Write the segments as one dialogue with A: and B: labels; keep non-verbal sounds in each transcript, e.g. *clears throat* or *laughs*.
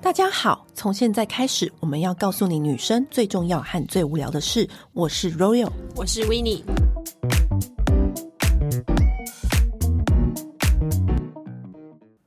A: 大家好，从现在开始，我们要告诉你女生最重要和最无聊的事。我是 Royal，
B: 我是 w i n n i e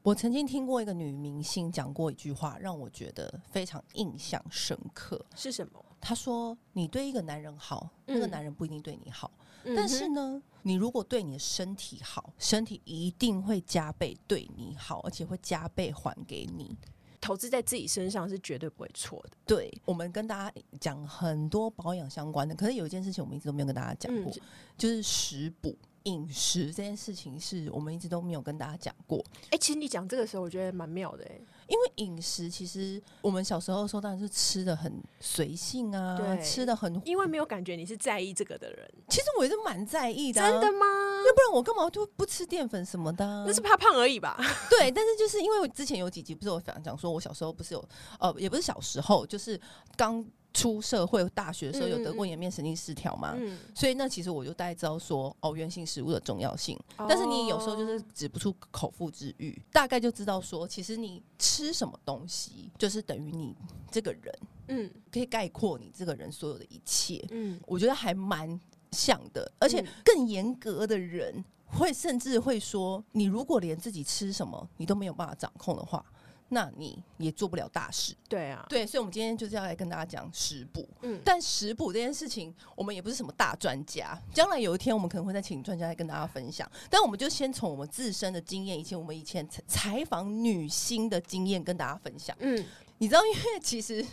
A: 我曾经听过一个女明星讲过一句话，让我觉得非常印象深刻。
B: 是什么？
A: 她说：“你对一个男人好，
B: 嗯
A: 那个男人不一定对你好，
B: 嗯哼
A: 但是呢，你如果对你的身体好，身体一定会加倍对你好，而且会加倍还给你。”
B: 投资在自己身上是绝对不会错的。
A: 对，我们跟大家讲很多保养相关的，可是有一件事情我们一直都没有跟大家讲过，
B: 嗯
A: 就是食补。饮食这件事情是我们一直都没有跟大家讲过，
B: 哎、其实你讲这个时候，我觉得蛮妙的、哎，
A: 因为饮食其实我们小时候的时候当然是吃的很随性啊，
B: 对
A: 吃的很，
B: 因为没有感觉你是在意这个的人，
A: 其实我也是蛮在意的、啊
B: 真的，吗？
A: 要不然我干嘛就不吃淀粉什么的、啊？
B: 那是怕胖而已吧？
A: 对，但是就是因为我之前有几集不是有讲讲说，我小时候不是有呃，也不是小时候，就是刚出社会大学的时候有得过
B: 嗯嗯嗯
A: 颜面神经失调嘛，
B: 嗯，
A: 所以那其实我就大概知道说哦，原型食物的重要性。
B: 哦
A: 但是你有时候就是止不住口腹之欲，大概就知道说，其实你吃什么东西，就是等于你这个人
B: 嗯
A: 可以概括你这个人所有的一切。
B: 嗯，
A: 我觉得还蛮像的，而且
B: 嗯
A: 更严格的人会甚至会说，你如果连自己吃什么你都没有办法掌控的话，那你也做不了大事。
B: 对啊，
A: 对，所以我们今天就是要来跟大家讲食补。
B: 嗯，
A: 但食补这件事情，我们也不是什么大专家，将来有一天我们可能会再请专家来跟大家分享。但我们就先从我们自身的经验，以及我们以前采采访女星的经验跟大家分享。
B: 嗯，
A: 你知道，因为其实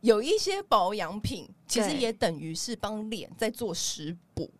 A: 有一些保养品，其实
B: 对
A: 也等于是帮脸在做食补。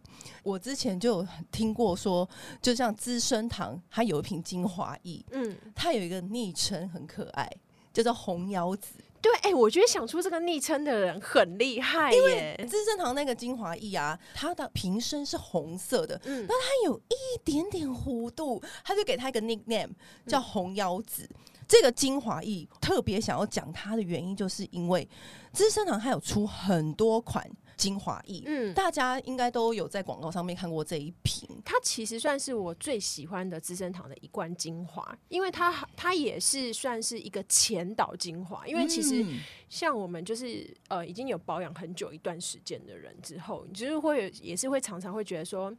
A: 我之前就有听过说，就像资生堂，它有一瓶精华液，
B: 嗯，
A: 它有一个昵称很可爱，叫做红腰子。
B: 对，哎、我觉得想出这个昵称的人很厉害耶。
A: 资生堂那个精华液啊，它的瓶身是红色的，
B: 嗯，
A: 它有一点点弧度，他就给它一个
B: 嗯
A: nickname 叫红腰子。这个精华液特别想要讲它的原因，就是因为资生堂它有出很多款精华液，
B: 嗯
A: 大家应该都有在广告上面看过这一瓶。
B: 它其实算是我最喜欢的资生堂的一罐精华，因为它它也是算是一个前导精华，因为其实
A: 嗯
B: 像我们就是呃已经有保养很久一段时间的人之后，你就是会有也是会常常会觉得说，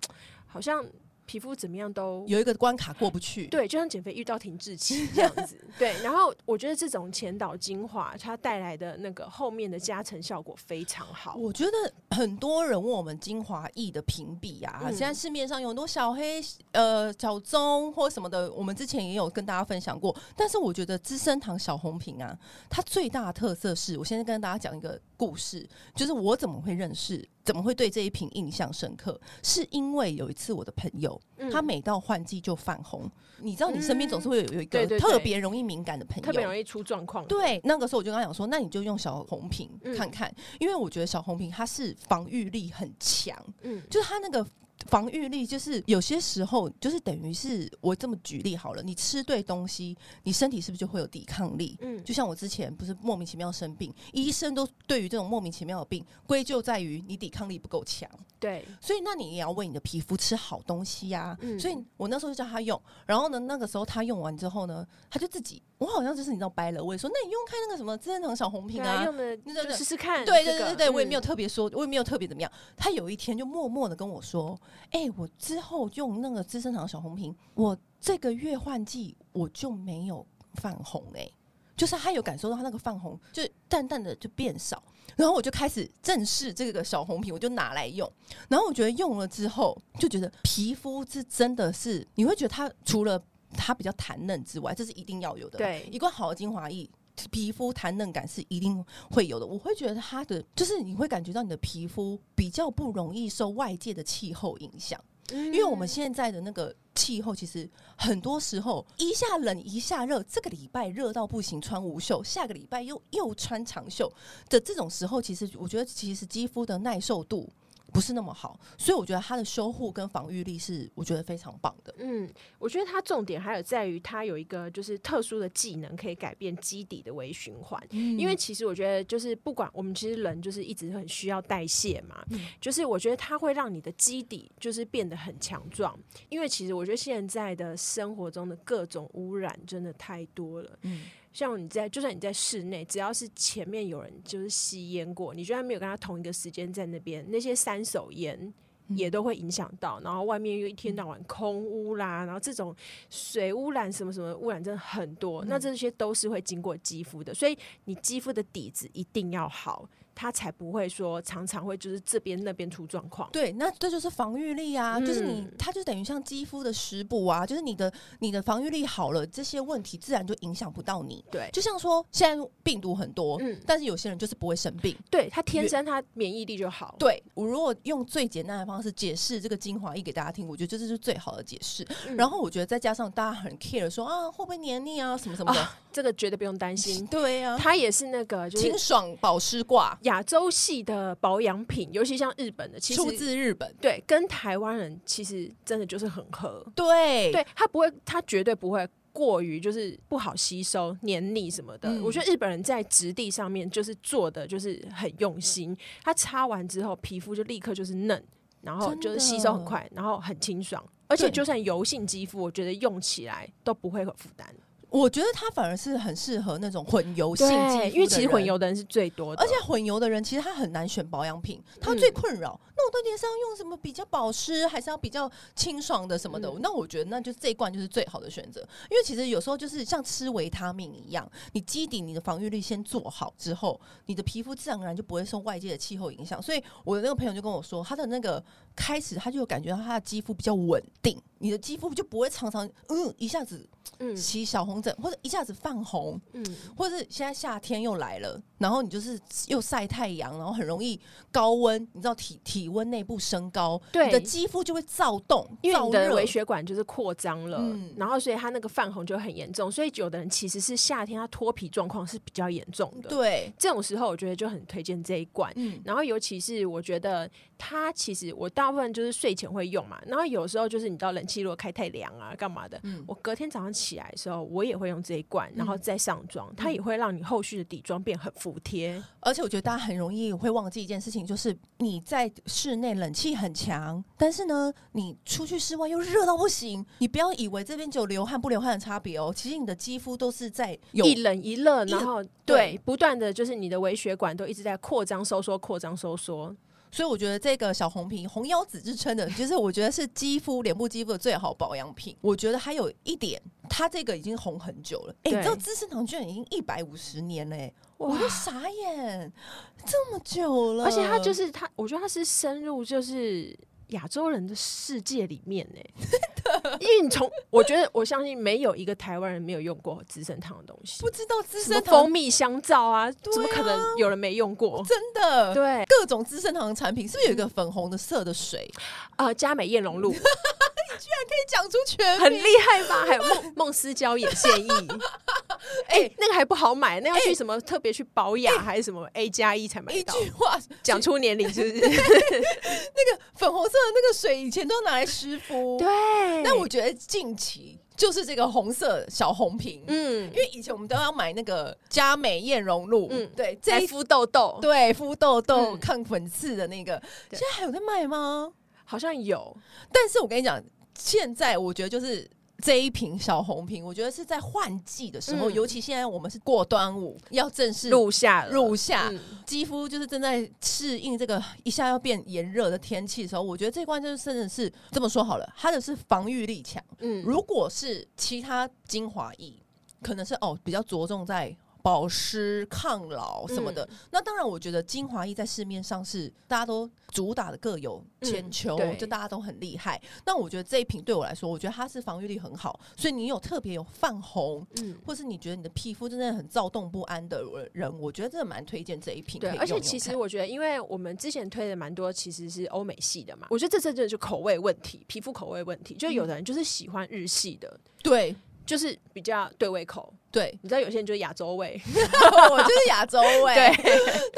B: 好像皮肤怎么样都。
A: 有一个关卡过不去，
B: 对，就像减肥遇到停滞期这样
A: *laughs*
B: 子。对，然后我觉得这种前导精华，它带来的那个后面的加成效果非常好。
A: 我觉得 *clears throat* 很多人问我们精华液的评比啊，
B: 嗯
A: 现在市面上有很多小黑、呃小棕或什么的，我们之前也有跟大家分享过。但是我觉得资生堂小红瓶啊，它最大的特色是我现在跟大家讲一个故事，就是我怎么会认识，怎么会对这一瓶印象深刻，是因为有一次我的朋友，
B: 嗯
A: 他每到换季就泛红，你知道你身边总是会有有一
B: 对
A: 个
B: 对对
A: 特别容易敏感的朋友，
B: 特别容易出状况。
A: 对，那个时候我就跟他讲说，那你就用小红瓶
B: 嗯
A: 看看，因为我觉得小红瓶它是防御力很强，
B: 嗯，
A: 就是它那个防御力，就是有些时候就是等于是我这么举例好了，你吃对东西，你身体是不是就会有抵抗力？
B: 嗯
A: 就像我之前不是莫名其妙生病，医生都对于这种莫名其妙的病归咎在于你抵抗力不够强，
B: 对，
A: 所以那你也要为你的皮肤吃好东西呀、
B: 嗯
A: 所以我那时候就叫他用，然后呢，那个时候他用完之后呢，他就自己，我好像就是你知道掰了，我也说那你用看那个什么资生堂小红瓶
B: 对啊，
A: 啊。
B: 用的
A: 那
B: 就试试看。
A: 对
B: 这
A: 对
B: 个
A: 对对对，我也没有
B: 嗯
A: 特别说，我也没有特别怎么样。他有一天就默默的跟我说：“哎、我之后用那个资生堂小红瓶，我这个月换季我就没有泛红哎、就是他有感受到他那个泛红，就淡淡的就变少。然后我就开始正视这个小红瓶，我就拿来用。然后我觉得用了之后，就觉得皮肤是真的是，你会觉得它除了它比较弹嫩之外，这是一定要有的。
B: 对
A: 一罐好的精华液。皮肤弹嫩感是一定会有的，我会觉得它的就是你会感觉到你的皮肤比较不容易受外界的气候影响，因为我
B: 嗯
A: 们现在的那个气候，其实很多时候一下冷一下热，这个礼拜热到不行，穿无袖；下个礼拜又又穿长袖的这种时候，其实我觉得其实肌肤的耐受度不是那么好，所以我觉得它的修护跟防御力是我觉得非常棒的。
B: 嗯，我觉得它重点还有在于它有一个就是特殊的技能，可以改变基底的微循环。因为其实我觉得就是不管我们其实人就是一直很需要代谢嘛，就是我觉得它会让你的基底就是变得很强壮。因为其实我觉得现在的生活中的各种污染真的太多了，
A: 嗯
B: 像你在，就算你在室内，只要是前面有人就是吸烟过，你就算没有跟他同一个时间在那边，那些三手烟也都会影响到。然后外面又一天到晚空污啦，然后这种水污染什么什么污染真的很多。那这些都是会经过肌肤的，所以你肌肤的底子一定要好，它才不会说常常会就是这边那边出状况。
A: 对，那这就是防御力啊，就是你
B: 嗯，
A: 它就等于像肌肤的食补啊，就是你的你的防御力好了，这些问题自然就影响不到你。
B: 对
A: 就像说现在病毒很多，
B: 嗯
A: 但是有些人就是不会生病。
B: 对，它天生它免疫力就好。
A: 对我如果用最简单的方式解释这个精华液给大家听，我觉得这就是最好的解释。
B: 嗯
A: 然后我觉得再加上大家很 care 说啊会不会黏腻啊什么什么的，
B: 这个绝对不用担心，
A: 对呀、啊，
B: 哦它也是那个就是
A: 清爽保湿挂
B: 亚洲系的保养品，尤其像日本的，其
A: 出
B: 实
A: 自日本，
B: 对跟台湾人其实真的就是很合，
A: 对
B: 对它不会，它绝对不会。过于就是不好吸收、黏腻什么的，
A: 嗯
B: 我觉得日本人在质地上面就是做的就是很用心，它擦完之后皮肤就立刻就是嫩，然后
A: 真的
B: 就是吸收很快，然后很清爽，而且
A: 对
B: 就算油性肌肤，我觉得用起来都不会有负担。
A: 我觉得它反而是很适合那种混油性肌肤的
B: 对，
A: 人
B: 因为其实混。油的人是最多的，
A: 而且混油的人其实他很难选保养品，他
B: 嗯
A: 最困扰。那我到底是要用什么比较保湿，还是要比较清爽的什么的？
B: 嗯
A: 那我觉得那就是这一罐就是最好的选择，因为其实有时候就是像吃维他命一样，你基底你的防御力先做好之后，你的皮肤自然而然就不会受外界的气候影响。所以我的那个朋友就跟我说，他的那个开始他就有感觉到他的肌肤比较稳定，你的肌肤就不会常常嗯一下子
B: 嗯
A: 起小红疹，或者一下子泛红，
B: 嗯，
A: 或是现在夏天又来了，然后你就是又晒太阳，然后很容易高温，你知道体体温内部升高，
B: 对
A: 你的肌肤就会躁动，
B: 因为你
A: 燥
B: 的
A: 热
B: 微血管就是扩张了，
A: 嗯
B: 然后所以它那个泛红就很严重，所以有的人其实是夏天他脱皮状况是比较严重的。
A: 对，
B: 这种时候我觉得就很推荐这一罐。
A: 嗯，
B: 然后，尤其是我觉得它其实我大部分就是睡前会用嘛，然后有时候就是你知道冷气如果开太凉啊，干嘛的，
A: 嗯
B: 我隔天早上起来的时候，我也会用这一罐，然后再上妆，它
A: 嗯
B: 也会让你后续的底妆变很服帖。
A: 而且我觉得大家很容易会忘记一件事情，就是你在室内冷气很强，但是呢，你出去室外又热到不行，你不要以为这边只有流汗不流汗的差别哦，其实你的肌肤都是在有
B: 一冷一
A: 一
B: 热，
A: 冷
B: 然后
A: 对
B: 对不断的就是你的微血管都一直在扩张收缩、扩张收缩。
A: 所以我觉得这个小红瓶红腰子之称的， *laughs* 就是我觉得是肌肤脸部肌肤的最好保养品。我觉得还有一点，它这个已经红很久了。哎、
B: 对
A: 你知道资生堂居然已经一百五十年嘞、我都傻眼，这么久了。
B: 而且它就是是它，我觉得它是深入就是亚洲人的世界里面呢、
A: *laughs*
B: 因为你从我觉得我相信没有一个台湾人没有用过资生堂的东西
A: 不，知道资
B: 什么
A: 生
B: 蜂
A: 堂
B: 蜜香皂啊，怎么可能有人没用过？
A: *laughs* 真的
B: 对，
A: 各种资生堂的产品，是不是有一个粉红的色的水？
B: 呃，佳美艳容露
A: 可以讲出全
B: *laughs* 很
A: 名
B: 厉害吧？还有梦梦思娇眼线液，哎、那个还不好买，那要去什么特别去保养、还是什么 A 加一才买
A: 一
B: 到？
A: 句话，
B: 讲出年龄是不是？
A: 粉红色的那个水以前都拿来湿敷，
B: 对
A: 但我觉得近期就是这个红色小红瓶，
B: 嗯
A: 因，为以前我们都要买那个佳美艳容露，嗯
B: 嗯，
A: 对，这
B: 在
A: 一
B: 敷痘痘，
A: 对敷痘痘、
B: 嗯
A: 抗粉刺的那个，
B: 对
A: 现在还有在卖吗？
B: 好像有，
A: 但是我跟你讲，现在我觉得就是。这一瓶小红瓶，我觉得是在换季的时候，
B: 嗯
A: 尤其现在我们是过端午，要正式
B: 入夏了
A: 入夏，
B: 嗯
A: 肌肤就是正在适应这个一下要变炎热的天气的时候，我觉得这罐就是真的是这么说好了，它的是防御力强。
B: 嗯，
A: 如果是其他精华液，可能是哦比较着重在保湿、抗老什么的。
B: 嗯
A: 那当然，我觉得精华液在市面上是大家都主打的各有千秋，
B: 嗯对
A: 就大家都很厉害。那我觉得这一瓶对我来说，我觉得它是防御力很好，所以你有特别有泛红。
B: 嗯，
A: 或是你觉得你的皮肤真的很躁动不安的人，我觉得真的蛮推荐这一瓶可以用
B: 对，
A: 用看。
B: 而且其实我觉得，因为我们之前推的蛮多其实是欧美系的嘛，我觉得这真的就口味问题，皮肤口味问题，就有的人就是喜欢日系的，
A: 对
B: 就是比较对胃口，，
A: 对 *laughs*
B: 你知道有些人就是亚洲味，
A: 我就是亚洲欸味。
B: 对，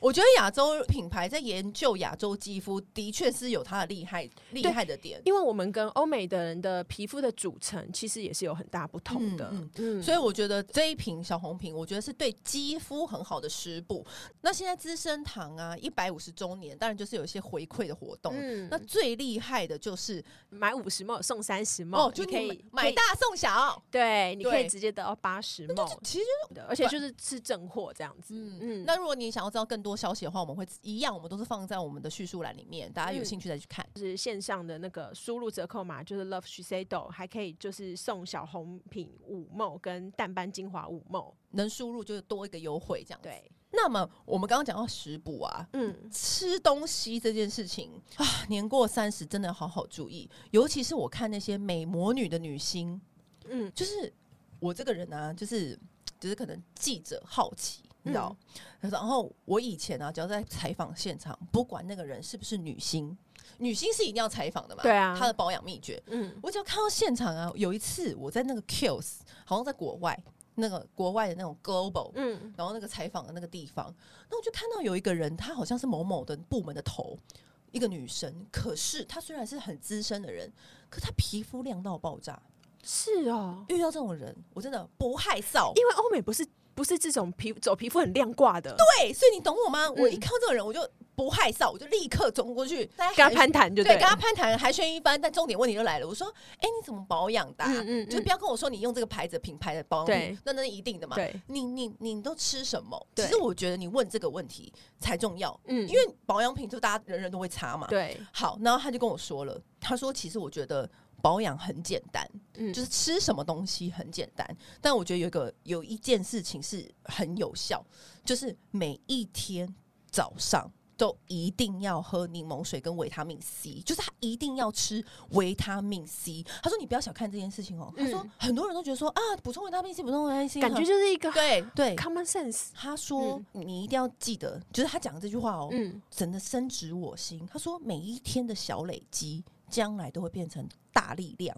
A: 我觉得亚洲品牌在研究亚洲肌肤，的确是有它的厉害厉害的点。
B: 因为我们跟欧美的人的皮肤的组成其实也是有很大不同的，
A: 嗯
B: 嗯，
A: 所以我觉得这一瓶小红瓶，我觉得是对肌肤很好的食补。那现在资生堂啊，一百五十周年，当然就是有一些回馈的活动。
B: 嗯，
A: 那
B: 那
A: 最厉害的就是
B: 买五十毛送三十毛，
A: 哦，就
B: 你可
A: 你
B: 以
A: 买买，大
B: 可以
A: 送小，
B: 对，你可以
A: 对
B: 直接得到八纱石帽
A: 其实就是
B: 的，而且就是吃正货这样子。
A: 嗯
B: 哦嗯，
A: 那如果你想要知道更多消息的话，我们会一样，我们都是放在我们的叙述栏里面，大家有
B: 嗯
A: 兴趣再去看。
B: 就是线上的那个输入折扣码，就是 Love Shiseido，还可以就是送小红品五梦跟淡斑精华五梦。
A: 能输入就是多一个优惠这样子。
B: 对，
A: 那么我们刚刚讲到食补啊，
B: 嗯，
A: 吃东西这件事情啊，年过三十真的要好好注意，尤其是我看那些美魔女的女星，
B: 嗯，
A: 就是我这个人啊，就是就是可能记者好奇。你知道，
B: 嗯
A: 然后我以前啊，只要在采访现场，不管那个人是不是女星，女星是一定要采访的嘛，
B: 对啊
A: 她的保养秘诀，
B: 嗯，
A: 我只要看到现场啊，有一次我在那个 Kills，好像在国外，那个国外的那种 Global，
B: 嗯，
A: 然后那个采访的那个地方，那我就看到有一个人，她好像是某某的部门的头，一个女生。可是她虽然是很资深的人，可她皮肤亮到爆炸。
B: 是哦，
A: 遇到这种人，我真的不害臊。
B: 因为欧美不是不是这种皮走皮肤很亮挂的，
A: 对，所以你懂我吗？我一
B: 嗯
A: 看到这个人，我就不害臊，我就立刻冲过去跟
B: 跟他攀谈就
A: 对，
B: 了
A: 跟他攀谈寒暄一番。但重点问题就来了，我说：“哎、你怎么保养的、啊？”
B: 嗯嗯
A: 就不要跟我说你用这个牌子品牌的保养品
B: 对，
A: 那那是一定的嘛。
B: 对，
A: 你你你都吃什么？其
B: 对
A: 实我觉得你问这个问题才重要，
B: 嗯
A: 因为保养品就大家人人都会擦嘛。
B: 对，
A: 好，然后他就跟我说了，他说其实我觉得保养很简单，
B: 嗯
A: 就是吃什么东西很简单，但我觉得有一个有一件事情是很有效，就是每一天早上。都一定要喝柠檬水跟维他命 C，就是他一定要吃维他命 C。他说你不要小看这件事情哦、他说
B: 嗯
A: 很多人都觉得说啊，补充维他命 C，补充维他命 C，
B: 感觉
A: 很
B: 就是嗯一个
A: 对对。
B: common sense。
A: 他说、你一定要记得，就是他讲的这句话哦、
B: 嗯，
A: 真的深植我心。他说，每一天的小累积，将来都会变成大力量，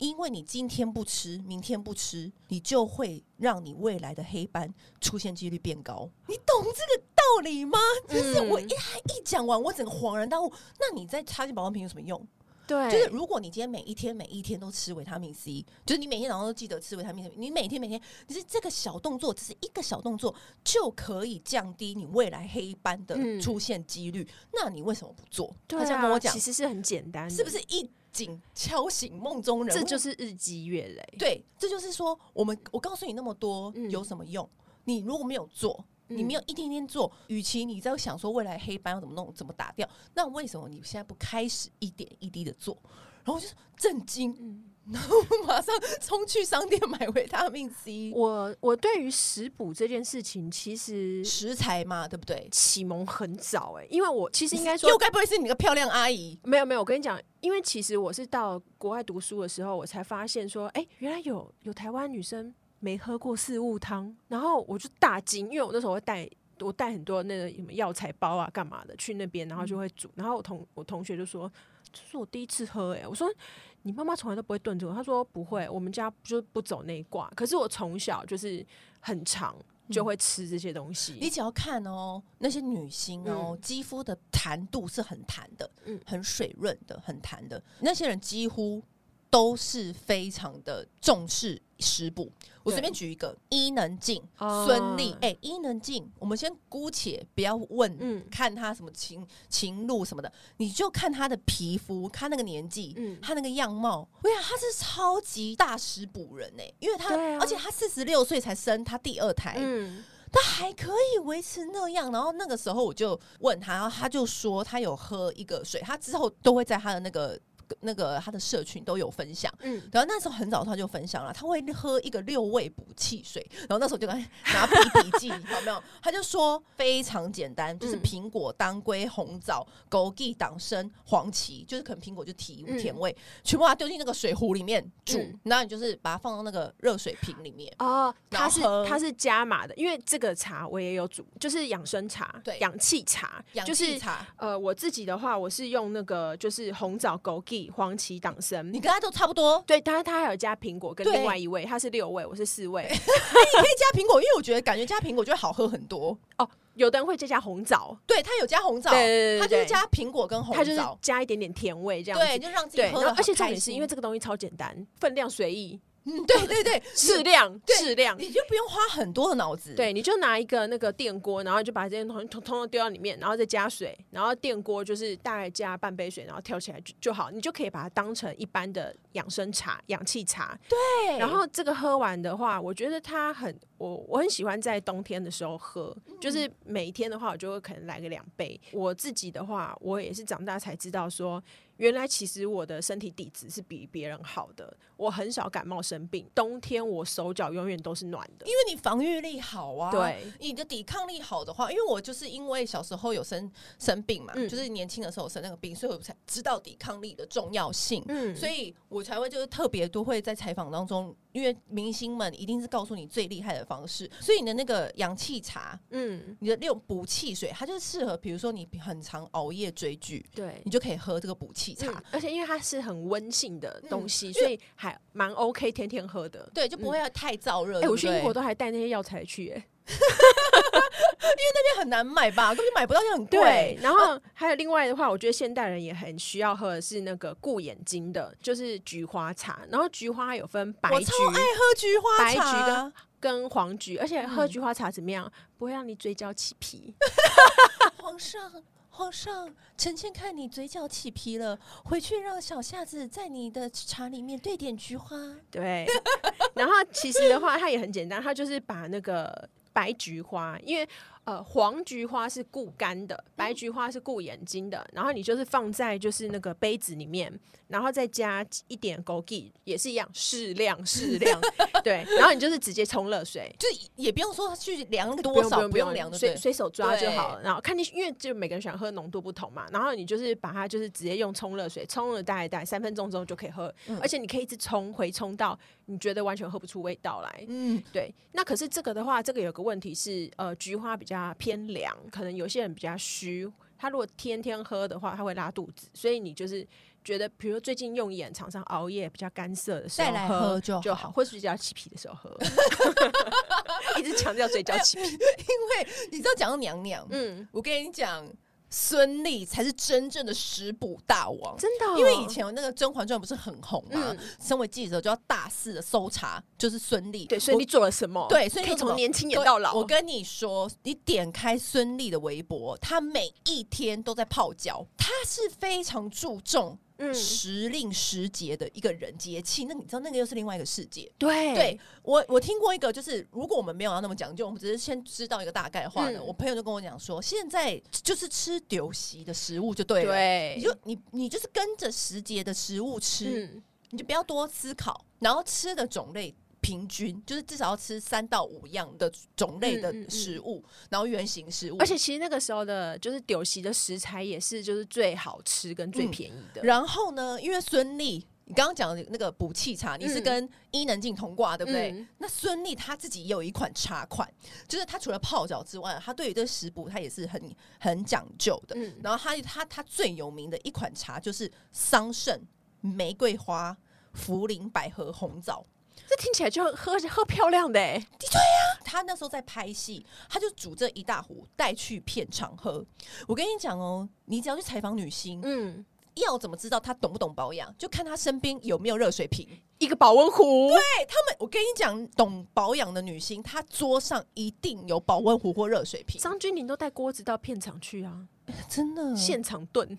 A: 因为你今天不吃，明天不吃，你就会让你未来的黑斑出现几率变高。你懂这个道理吗？就是我一他一讲完，我整个恍然大悟。那你再插进保养品有什么用？
B: 对，
A: 就是如果你今天每一天每一天都吃维他命 C，就是你每天早上都记得吃维他命 C，你每天每天，你是这个小动作，只是一个小动作就可以降低你未来黑斑的
B: 嗯
A: 出现几率，那你为什么不做？
B: 对
A: 他这样
B: 啊
A: 跟我讲
B: 其，实是很简单的，
A: 是不是一警敲醒梦中人？
B: 这
A: 我
B: 就是日积月累。
A: 对，这就是说，我们我告诉你那么多、
B: 嗯
A: 有什么用？你如果没有做，你没有一天天做，与其你在想说未来黑斑要怎么弄、怎么打掉，那为什么你现在不开始一点一滴的做？然后我就是震惊， *laughs*
B: 嗯
A: 然后我马上冲去商店买维他命 C
B: 我我对于食补这件事情，其实
A: 食材嘛，对不对？
B: 启蒙很早哎、因为我其实应该说
A: 又该不会是你那个漂亮阿姨？
B: 没有没有，我跟你讲，因为其实我是到国外读书的时候，我才发现说，哎、原来有有台湾女生没喝过四物汤，然后我就大惊，因为我那时候会带。我带很多那个什么药材包啊，干嘛的去那边，然后就会煮。然后我同我同学就说：“这是我第一次喝、欸。”哎，我说：“你妈妈从来都不会炖这个。”她说：“不会，我们家就不走那一挂。”可是我从小就是很常就会吃这些东西。
A: 你只要看哦，那些女星哦，肌肤的弹度是很弹的，
B: 嗯
A: 很水润的，很弹的。那些人几乎都是非常的重视食补。我
B: 对
A: 随便举一个，伊能静、
B: 哦
A: 孙俪，哎、伊能静，我们先姑且不要问，
B: 嗯
A: 看她什么情情路什么的，你就看她的皮肤，看那个年纪，
B: 嗯
A: 她那个样貌，我想她是超级大食补人哎、因为她，
B: 对啊
A: 而且她四十六岁才生她第二胎，
B: 嗯，
A: 他还可以维持那样。然后那个时候我就问他，然后他就说他有喝一个水，他之后都会在他的那个那个他的社群都有分享。
B: 嗯
A: 然后那时候很早他就分享了，他会喝一个六味补气水。然后那时候就赶紧拿笔笔记， *laughs* 有没有？他就说非常简单，就是
B: 嗯
A: 苹果、当归、红枣、枸杞、党参、黄芪，就是可能苹果就提
B: 嗯
A: 甜味，全部把它丢进那个水壶里面煮，
B: 嗯
A: 然后你就是把它放到那个热水瓶里面。
B: 哦，
A: 然
B: 它
A: 后
B: 是
A: 喝
B: 它是加码的，因为这个茶我也有煮，就是养生茶，
A: 对
B: 氧气茶，
A: 氧
B: 就
A: 气
B: 是
A: 茶，
B: 呃，我自己的话，我是用那个就是红枣、枸杞、黄芪、党参 *laughs*
A: 你。跟他都差不多，
B: 对，当然它还有加苹果跟
A: 对
B: 另外一味，它是六味，我是四味。
A: 可以加苹果，因为我觉得感觉加苹果就会好喝很多。
B: 哦，有的人会再加红枣，
A: 对，它有加红 *laughs* 枣，
B: 对对对
A: 它就是
B: 对
A: 加苹果跟红
B: 它就是
A: 枣，
B: 加一点点甜味这样
A: 对，
B: 子。
A: 就让自己
B: 对，
A: 喝
B: 然
A: 的。
B: 后而且重点是因为这个东西超简单，分量随意，
A: 嗯，对对
B: *laughs*
A: 对，
B: 适量，
A: 对
B: 适量。
A: 你就不用花很多的脑子。
B: 对，你就拿一个那个电锅，然后就把这些东西通通通丢到里面，然后再加水，然后电锅就是大概加半杯水，然后跳起来就就好，你就可以把它当成一般的养生茶、氧气茶。
A: 对
B: 然后这个喝完的话，我觉得它很我我很喜欢在冬天的时候喝，
A: 嗯
B: 就是每一天的话，我就会可能来个两杯。我自己的话，我也是长大才知道说，原来其实我的身体底子是比别人好的，我很少感冒生病，冬天我手脚永远都是暖的。
A: 因为你防御力好啊，
B: 对，
A: 你的抵抗力好的话，因为我就是因为小时候有生生病嘛，
B: 嗯
A: 就是年轻的时候有生那个病，所以我才知道抵抗力的重要性。
B: 嗯
A: 所以我才会就是特别都会在采访当中，因为明星们一定是告诉你最厉害的方式，所以你的那个氧气茶，
B: 嗯，
A: 你的那种补气水，它就是适合，比如说你很常熬夜追剧，
B: 对
A: 你。就可以喝这个补气茶，
B: 嗯而且因为它是很温性的东西，
A: 嗯
B: 所以还蛮 OK，天天喝的。
A: 对，就不会要太燥热。
B: 哎、
A: 对不
B: 我去英
A: 对
B: 国都还带那些药材去、哎，
A: 那边很难买吧，根本就买不到，就很贵
B: 对。。然
A: 哦
B: 后还有另外的话，我觉得现代人也很需要喝的是那个顾眼睛的，就是菊花茶。然后菊花有分白
A: 我
B: 菊
A: 超爱喝菊花
B: 白
A: 茶，
B: 菊的 *laughs* 跟黄菊，而且喝
A: 嗯
B: 菊花茶怎么样？不会让你嘴角起皮。
A: 皇上，皇上，臣妾看你嘴角起皮了，回去让小夏子在你的茶里面兑点菊花。
B: 对，然后其实的话，它也很简单，它就是把那个白菊花，因为呃黄菊花是固肝的，白菊花是固眼睛的，然后你就是放在就是那个杯子里面，然后再加一点枸杞，也是一样适量适量， *laughs* 对，然后你就是直接冲热水。
A: 就也不用说去量那个多少，
B: 不
A: 用量，对
B: 随
A: 不对？
B: 随手抓就
A: 对
B: 好了。然后看你，因为就每个人喜欢喝浓度不同嘛，然后你就是把它就是直接用冲热水冲了大概大概三分钟之后就可以喝，
A: 嗯
B: 而且你可以一直冲回冲到你觉得完全喝不出味道来。
A: 嗯，
B: 对，那可是这个的话，这个有个问题是，呃，菊花比较偏凉，可能有些人比较虚，他如果天天喝的话，他会拉肚子，所以你就是觉得，比如说最近用眼常常熬夜，比较干涩的时候
A: 再来喝就
B: 就
A: 好
B: 好，或是比较起皮的时
A: *laughs*
B: 候喝，一直强调嘴角起皮，
A: 你知道讲到娘娘，
B: 嗯，
A: 我跟你讲，孙俪才是真正的食补大王。
B: 真的哦、
A: 因为以前那个《甄嬛传》不是很红嘛，
B: 嗯
A: 身为记者就要大肆的搜查，就是孙俪。
B: 对，所以
A: 我
B: 你做了什么？
A: 对孙俪
B: 可以
A: 做什么
B: 从年轻演
A: 对
B: 到老，
A: 我跟你说，你点开孙俪的微博，她每一天都在泡脚，她是非常注重
B: 嗯，
A: 时令时节的一个人节气。那你知道那个又是另外一个世界。
B: 对
A: 对我，我听过一个，就是如果我们没有要那么讲究，我们只是先知道一个大概的话呢，
B: 嗯
A: 我朋友就跟我讲说，现在就是吃酒席的食物就对了，你
B: 对，
A: 就你你就是跟着时节的食物吃，
B: 嗯
A: 你就不要多思考，然后吃的种类平均，就是至少要吃三到五样的种类的
B: 嗯嗯嗯
A: 食物，然后原型食物，
B: 而且其实那个时候的，就是酒席的食材也是就是最好吃跟最
A: 嗯
B: 便宜的。
A: 然后呢，因为孙俪。你刚刚讲的那个补气茶，你是
B: 嗯
A: 跟伊能静同挂，对不对？
B: 嗯
A: 那孙俪她自己也有一款茶款，就是她除了泡脚之外，她对于这食补她也是很很讲究的。
B: 嗯，
A: 然后它它它最有名的一款茶就是桑葚、玫瑰花、茯苓、百合、红枣。
B: 这听起来就喝喝漂亮的欸
A: 他那时候在拍戏，他就煮这一大壶带去片场喝。我跟你讲哦，你只要去采访女星，
B: 嗯，
A: 要怎么知道她懂不懂保养？就看她身边有没有热水瓶。
B: 一个保温壶，
A: 哎，他们，我跟你讲，懂保养的女星，她桌上一定有保温壶或热水瓶。
B: 张钧甯都带锅子到片场去啊，
A: 真的，
B: 现场炖。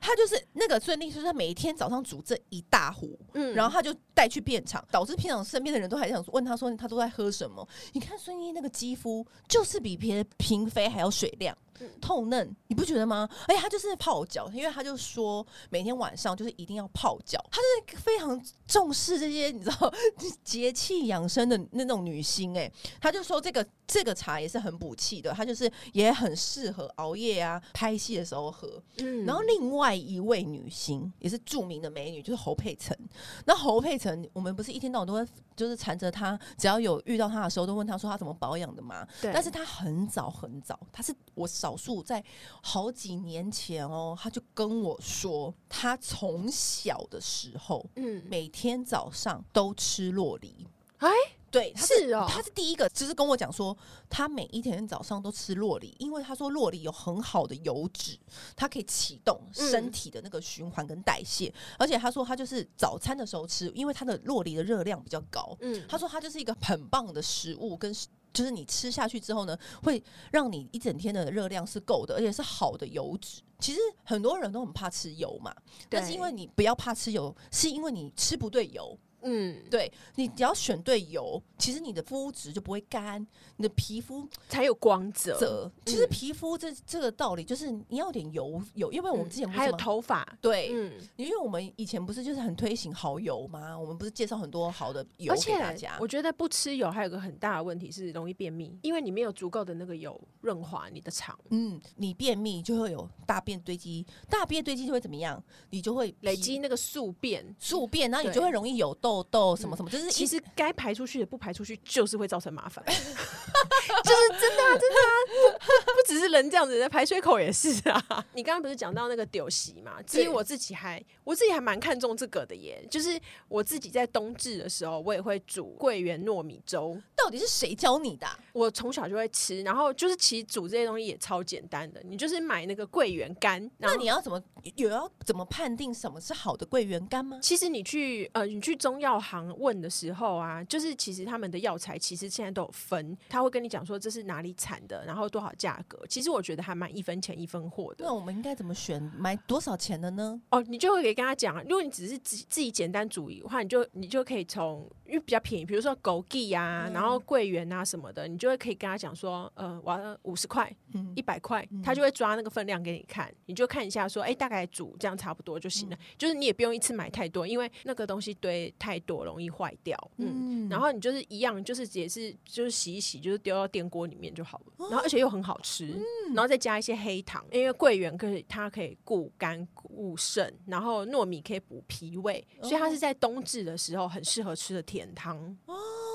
A: 她就是那个孙俪，就是她每天早上煮这一大壶，
B: 嗯
A: 然后他就带去片场，导致片场身边的人都还想问他说他都在喝什么。你看孙俪那个肌肤，就是比别的嫔妃还要水亮
B: 嗯、
A: 透嫩，你不觉得吗？而且他就是泡脚，因为他就说每天晚上就是一定要泡脚，他就是非常重视这些你知道 *laughs* 节气养生的那种女星哎、他就说这个这个茶也是很补气的，他就是也很适合熬夜啊、拍戏的时候喝。
B: 嗯
A: 然后另外一位女星也是著名的美女，就是侯佩岑。那侯佩岑，我们不是一天到晚都会就是缠着她，只要有遇到她的时候，都问她说她怎么保养的嘛。
B: 对，
A: 但是她很早很早，她是我少数在好几年前哦，她就跟我说，她从小的时候
B: 嗯，
A: 每天早上都吃洛梨。
B: 哎，
A: 对，他是
B: 是哦
A: 他是第一个，就是跟我讲说，他每一天早上都吃洛梨，因为他说洛梨有很好的油脂，它可以启动
B: 嗯
A: 身体的那个循环跟代谢，而且他说他就是早餐的时候吃，因为它的洛梨的热量比较高，
B: 嗯，
A: 他说它就是一个很棒的食物跟。就是你吃下去之后呢，会让你一整天的热量是够的，而且是好的油脂。其实很多人都很怕吃油嘛，但是
B: 对
A: 因为你不要怕吃油，是因为你吃不对油。
B: 嗯，
A: 对你只要选对油，其实你的肤质就不会干，你的皮肤
B: 才有光泽，
A: 则其
B: 嗯
A: 实皮肤这这个道理就是你要有点油油，因为我们之前
B: 嗯
A: 不是
B: 还有
A: 吗
B: 头发，
A: 对，
B: 嗯，
A: 因为我们以前不是就是很推行好油吗？我们不是介绍很多好的油
B: 而
A: 给
B: 且
A: 大家
B: 我，觉得不吃油还有一个很大的问题是容易便秘，因为你没有足够的那个油润滑你的肠，
A: 嗯，你便秘就会有大便堆积，大便堆积就会怎么样？你就会
B: 累
A: 皮
B: 积那个宿便。
A: 宿便，然后你
B: 对嗯
A: 就会容易有痘痘什么什么，就是
B: 其
A: 一
B: 实该排出去的不排出去，就是会造成麻 *laughs* 烦，就是真的啊、真的啊，不不只是人这样子，排水口也是啊。 *laughs* 你刚刚不是讲到那个丢席嘛？其
A: 对
B: 实我自己还我自己还蛮看重这个的耶，就是我自己在冬至的时候，我也会煮桂圆糯米粥，
A: 到底是谁教你的啊、
B: 我从小就会吃，然后就是其实煮这些东西也超简单的，你就是买那个桂圆干，然
A: 那
B: 后
A: 你要怎么有要怎么判定什么是好的桂圆干吗？
B: 其实你去呃，你去中药行问的时候啊，就是其实他们的药材其实现在都有分，他会跟你讲说这是哪里产的，然后多少价格。其实我觉得还蛮一分钱一分货的
A: 那我们应该怎么选？买多少钱的呢？
B: 哦。你就会可以跟他讲，如果你只是自自己简单煮的话，你就你就可以从因为比较便宜，比如说枸杞呀、啊，
A: 嗯
B: 然后桂圆啊什么的，你就会可以跟他讲说，呃，我要五十块，
A: 嗯
B: 一，百块，他就会抓那个分量给你看，你就看一下说，哎、大概煮这样差不多就
A: 嗯
B: 行了。就是你也不用一次买太多，因为那个东西堆太多容易坏掉。嗯，
A: 嗯
B: 然后你就是一样，就是也是就是洗一洗，就是丢到电锅里面就好
A: 哦
B: 了。然后而且又很好吃，
A: 嗯
B: 然后再加一些黑糖，因为桂圆可以它可以固肝固肾，然后糯米可以补脾胃，所以它是在冬至的时候很适合吃的甜汤。
A: 哦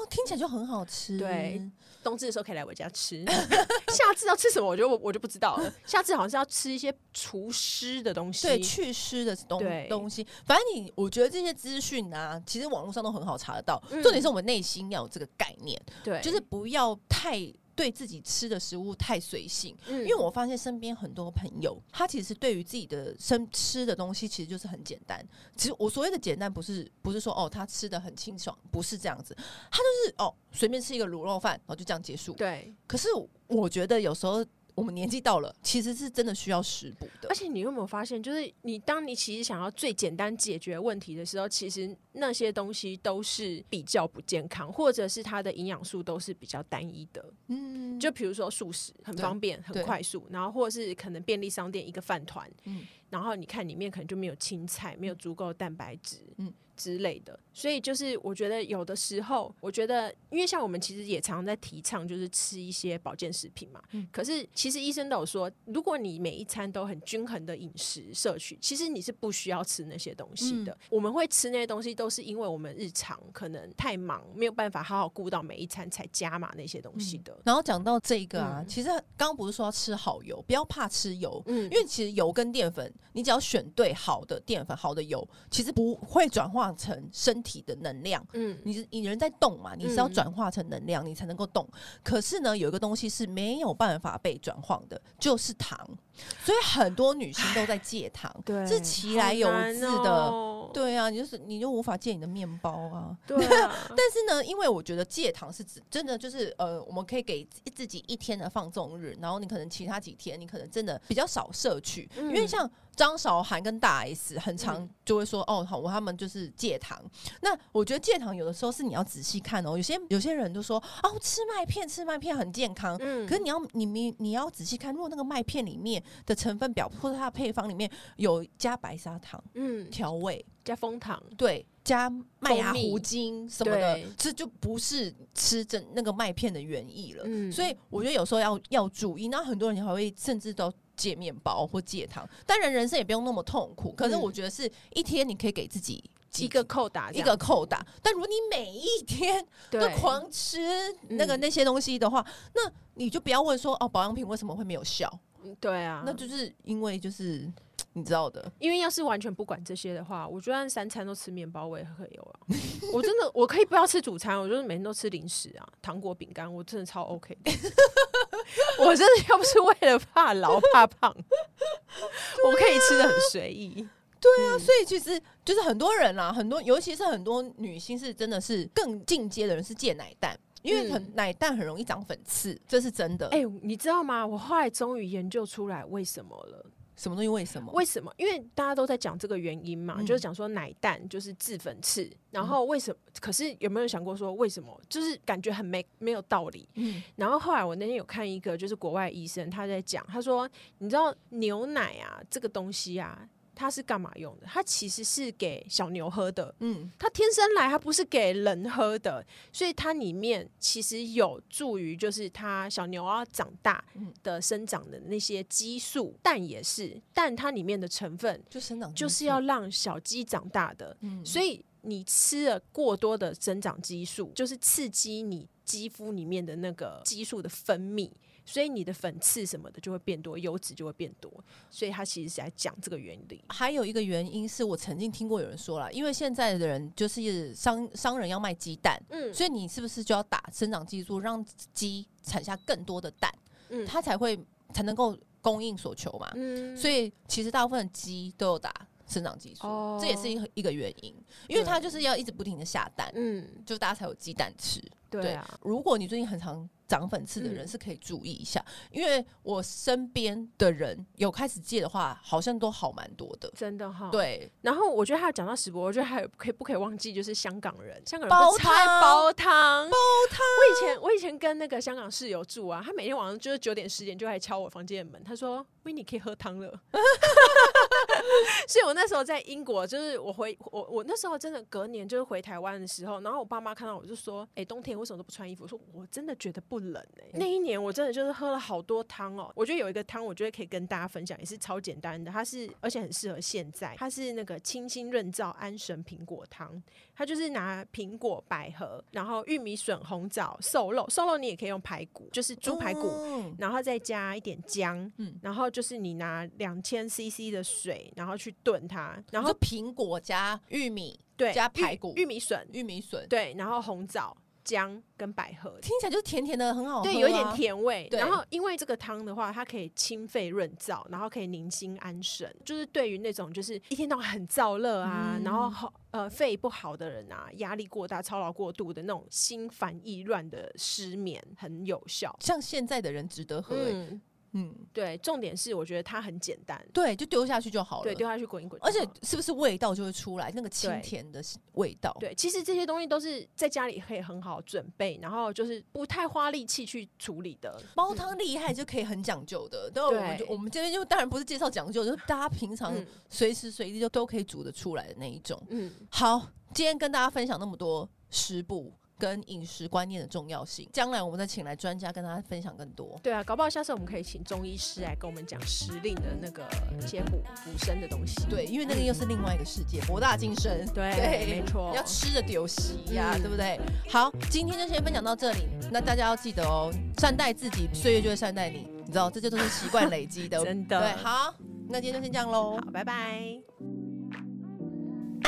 A: 听起来就很好吃。
B: 对，冬至的时候可以来我家吃。 *laughs* 下次要吃什么，我觉得我我就不知道 *laughs* 了。下次好像是要吃一些除湿的东西。
A: 对，祛湿的东
B: 对
A: 东西，反正你我觉得这些资讯啊，其实网络上都很好查得到。
B: 嗯
A: 重点是我们内心要有这个概念，
B: 对，
A: 就是不要太对自己吃的食物太随性。
B: 嗯
A: 因为我发现身边很多朋友，他其实对于自己的生吃的东西，其实就是很简单。其实我所谓的简单，不是不是说哦，他吃的很清爽，不是这样子，他就是哦，随便吃一个卤肉饭，然后就这样结束。
B: 对，
A: 可是我觉得有时候我们年纪到了，其实是真的需要食补的
B: 而。且你有没有发现，就是你当你其实想要最简单解决问题的时候，其实那些东西都是比较不健康，或者是它的营养素都是比较单一的。
A: 嗯，
B: 就比如说素食很
A: 对
B: 方便、很
A: 对
B: 快速，然后或者是可能便利商店一个饭团，
A: 嗯
B: 然后你看里面可能就没有青菜，没有足够的蛋白质，
A: 嗯
B: 嗯之类的。所以就是我觉得有的时候，我觉得因为像我们其实也常在提倡就是吃一些保健食品嘛，
A: 嗯
B: 可是其实医生都有说，如果你每一餐都很均衡的饮食摄取，其实你是不需要吃那些东西
A: 嗯
B: 的。我们会吃那些东西，都是因为我们日常可能太忙，没有办法好好顾到每一餐才加码那些东西的。
A: 然后讲到这个啊，
B: 嗯
A: 其实刚刚不是说要吃好油，不要怕吃油，
B: 嗯，
A: 因为其实油跟淀粉，你只要选对好的淀粉、好的油，其实不会转化成身体的能量。
B: 嗯
A: 你是你人在动嘛，你是要
B: 嗯
A: 转化成能量，你才能够动。可是呢，有一个东西是没有办法被转化的，就是糖。所以很多女性都在戒糖，
B: 对
A: 是其来有自
B: 好
A: 的。
B: 难哦
A: 对啊，你就是你就无法戒你的面包啊。
B: 对
A: *laughs*
B: 啊，
A: 但是呢，因为我觉得戒糖是指真的就是呃，我们可以给自己一天的放纵日，然后你可能其他几天你可能真的比较少摄取，
B: 嗯
A: 因为像张韶涵跟大 S 很常
B: 嗯
A: 就会说、哦，好，我他们就是戒糖。那我觉得戒糖有的时候是你要仔细看哦，有些有些人就说哦，吃麦片吃麦片很健康，
B: 嗯
A: 可是你要你你你要仔细看，如果那个麦片里面的成分表或者它的配方里面有加白砂糖
B: 嗯，
A: 调味，
B: 加蜂糖，
A: 对，加麦芽
B: 蜂蜜
A: 糊精什么的
B: 对，
A: 这就不是吃真那个麦片的原意了。
B: 嗯
A: 所以我觉得有时候要要注意，那很多人还会甚至都戒面包或戒糖。当然，人生也不用那么痛苦，可是
B: 嗯
A: 我觉得是一天你可以给自己几
B: 一个扣打这
A: 一
B: 样，
A: 个扣打，但如果你每一
B: *laughs*
A: 天
B: 对
A: 都狂吃那个
B: 嗯
A: 那些东西的话，那你就不要问说哦，保养品为什么会没有效？
B: 嗯对啊，
A: 那就是因为就是你知道的。
B: 因为要是完全不管这些的话，我就算三餐都吃面包，我也会有啊。 *laughs* 我真的我可以不要吃主餐，我就是每天都吃零食啊，糖果、饼干，我真的超 OK 的。 *laughs* 我真的要不是为了怕老怕胖，我可以吃的很随意。
A: 对啊，所以其实就是很多人啦、啊很多尤其是很多女性是真的是更进阶的人是戒奶蛋，因为很、奶蛋很容易长粉刺，这是真的。
B: 嗯哎、你知道吗？我后来终于研究出来为什么了。
A: 什么东西为什么？
B: 为什么？因为大家都在讲这个原因嘛，
A: 嗯
B: 就是讲说奶蛋就是致粉刺，然后为什么？可是有没有想过说为什么？就是感觉很没没有道理。
A: 嗯
B: 然后后来我那天有看一个就是国外医生他在讲，他说你知道牛奶啊这个东西啊，它是干嘛用的？它其实是给小牛喝的。
A: 嗯，
B: 它天生来，它不是给人喝的，所以它里面其实有助于就是它小牛要长大
A: 嗯
B: 的生长的那些激素，蛋也是，蛋它里面的成分
A: 就生长激素
B: 就是要让小鸡长大的，
A: 嗯
B: 所以你吃了过多的生长激素，就是刺激你肌肤里面的那个激素的分泌。所以你的粉刺什么的就会变多，油脂就会变多，所以它其实是在讲这个原理。
A: 还有一个原因是我曾经听过有人说了，因为现在的人就是商商人要卖鸡蛋，
B: 嗯
A: 所以你是不是就要打生长激素，让鸡产下更多的蛋，
B: 嗯
A: 它才会才能够供应所求嘛？
B: 嗯
A: 所以其实大部分的鸡都有打生长激素，
B: 哦
A: 这也是一个一个原因，因为
B: 对
A: 它就是要一直不停的下蛋，
B: 嗯，
A: 就大家才有鸡蛋吃。
B: 对
A: 对
B: 啊，
A: 如果你最近很常长粉刺的人，
B: 嗯
A: 是可以注意一下，因为我身边的人有开始戒的话，好像都好蛮多的。
B: 真的哈。
A: 对，
B: 然后我觉得还有讲到食博，我觉得还有可以不可以忘记就是香港人，香港人
A: 煲
B: 不是超爱
A: 汤
B: 煲汤，煲汤。我以前我以前跟那个香港室友住啊，他每天晚上就是九点十点就来敲我房间的门，他说：“喂，你可以喝汤了。” *laughs* 所以，我那时候在英国，就是我回我我那时候真的隔年就是回台湾的时候，然后我爸妈看到我就说：“哎、冬天为什么都不穿衣服？”我说：“我真的觉得不冷哎、那一年我真的就是喝了好多汤哦、我觉得有一个汤，我觉得可以跟大家分享，也是超简单的，它是而且很适合现在，它是那个清新润燥安神苹果汤。它就是拿苹果、百合，然后玉米笋、红枣、瘦肉，瘦肉你也可以用排骨，就是猪排骨，
A: 嗯
B: 然后再加一点姜，
A: 嗯
B: 然后就是你拿两千 CC 的水，然后去炖它，然
A: 然
B: 后
A: 后苹果加玉米、
B: 对
A: 加排骨
B: 玉、玉米笋，
A: 玉米笋，
B: 对，然后红枣、姜跟百合，
A: 听起来就是甜甜的，很好喝啊、
B: 对，有一点甜味。
A: 对
B: 然后因为这个汤的话，它可以清肺润燥，然后可以宁心安神，就是对于那种就是一天到晚很燥热啊，
A: 嗯
B: 然后好呃肺不好的人啊，压力过大、操劳过度的那种心烦意乱的失眠很有效。
A: 像现在的人值得喝、欸。
B: 嗯，
A: 嗯
B: 对，重点是我觉得它很简单，
A: 对，就丢下去就好了。
B: 对，丢下去滚一滚就好
A: 而
B: 了，
A: 且是不是味道就会出来？那个清
B: 对
A: 甜的味道。
B: 对，其实这些东西都是在家里可以很好准备，然后就是不太花力气去处理的。
A: 煲汤厉害就可以很讲究的，但我们就
B: 嗯对
A: 我们这边就当然不是介绍讲究，就是大家平常
B: 嗯
A: 随时随地就都可以煮得出来的那一种。
B: 嗯，
A: 好，今天跟大家分享那么多食补跟饮食观念的重要性，将来我们再请来专家跟大家分享更多。
B: 对啊，搞不好下次我们可以请中医师来跟我们讲时令的那个一些补补身的东西。嗯
A: 对，因为那个又是另外一个世界，博大精深。
B: 对没错
A: 要吃的丢席呀，
B: 哦嗯
A: 对不对？好，今天就先分享到这里。那大家要记得哦，善待自己，岁月就会善待你。你知道，这就都是习惯累积的。
B: *laughs* 真的
A: 对，好，那今天就先这样喽。
B: 好，拜拜。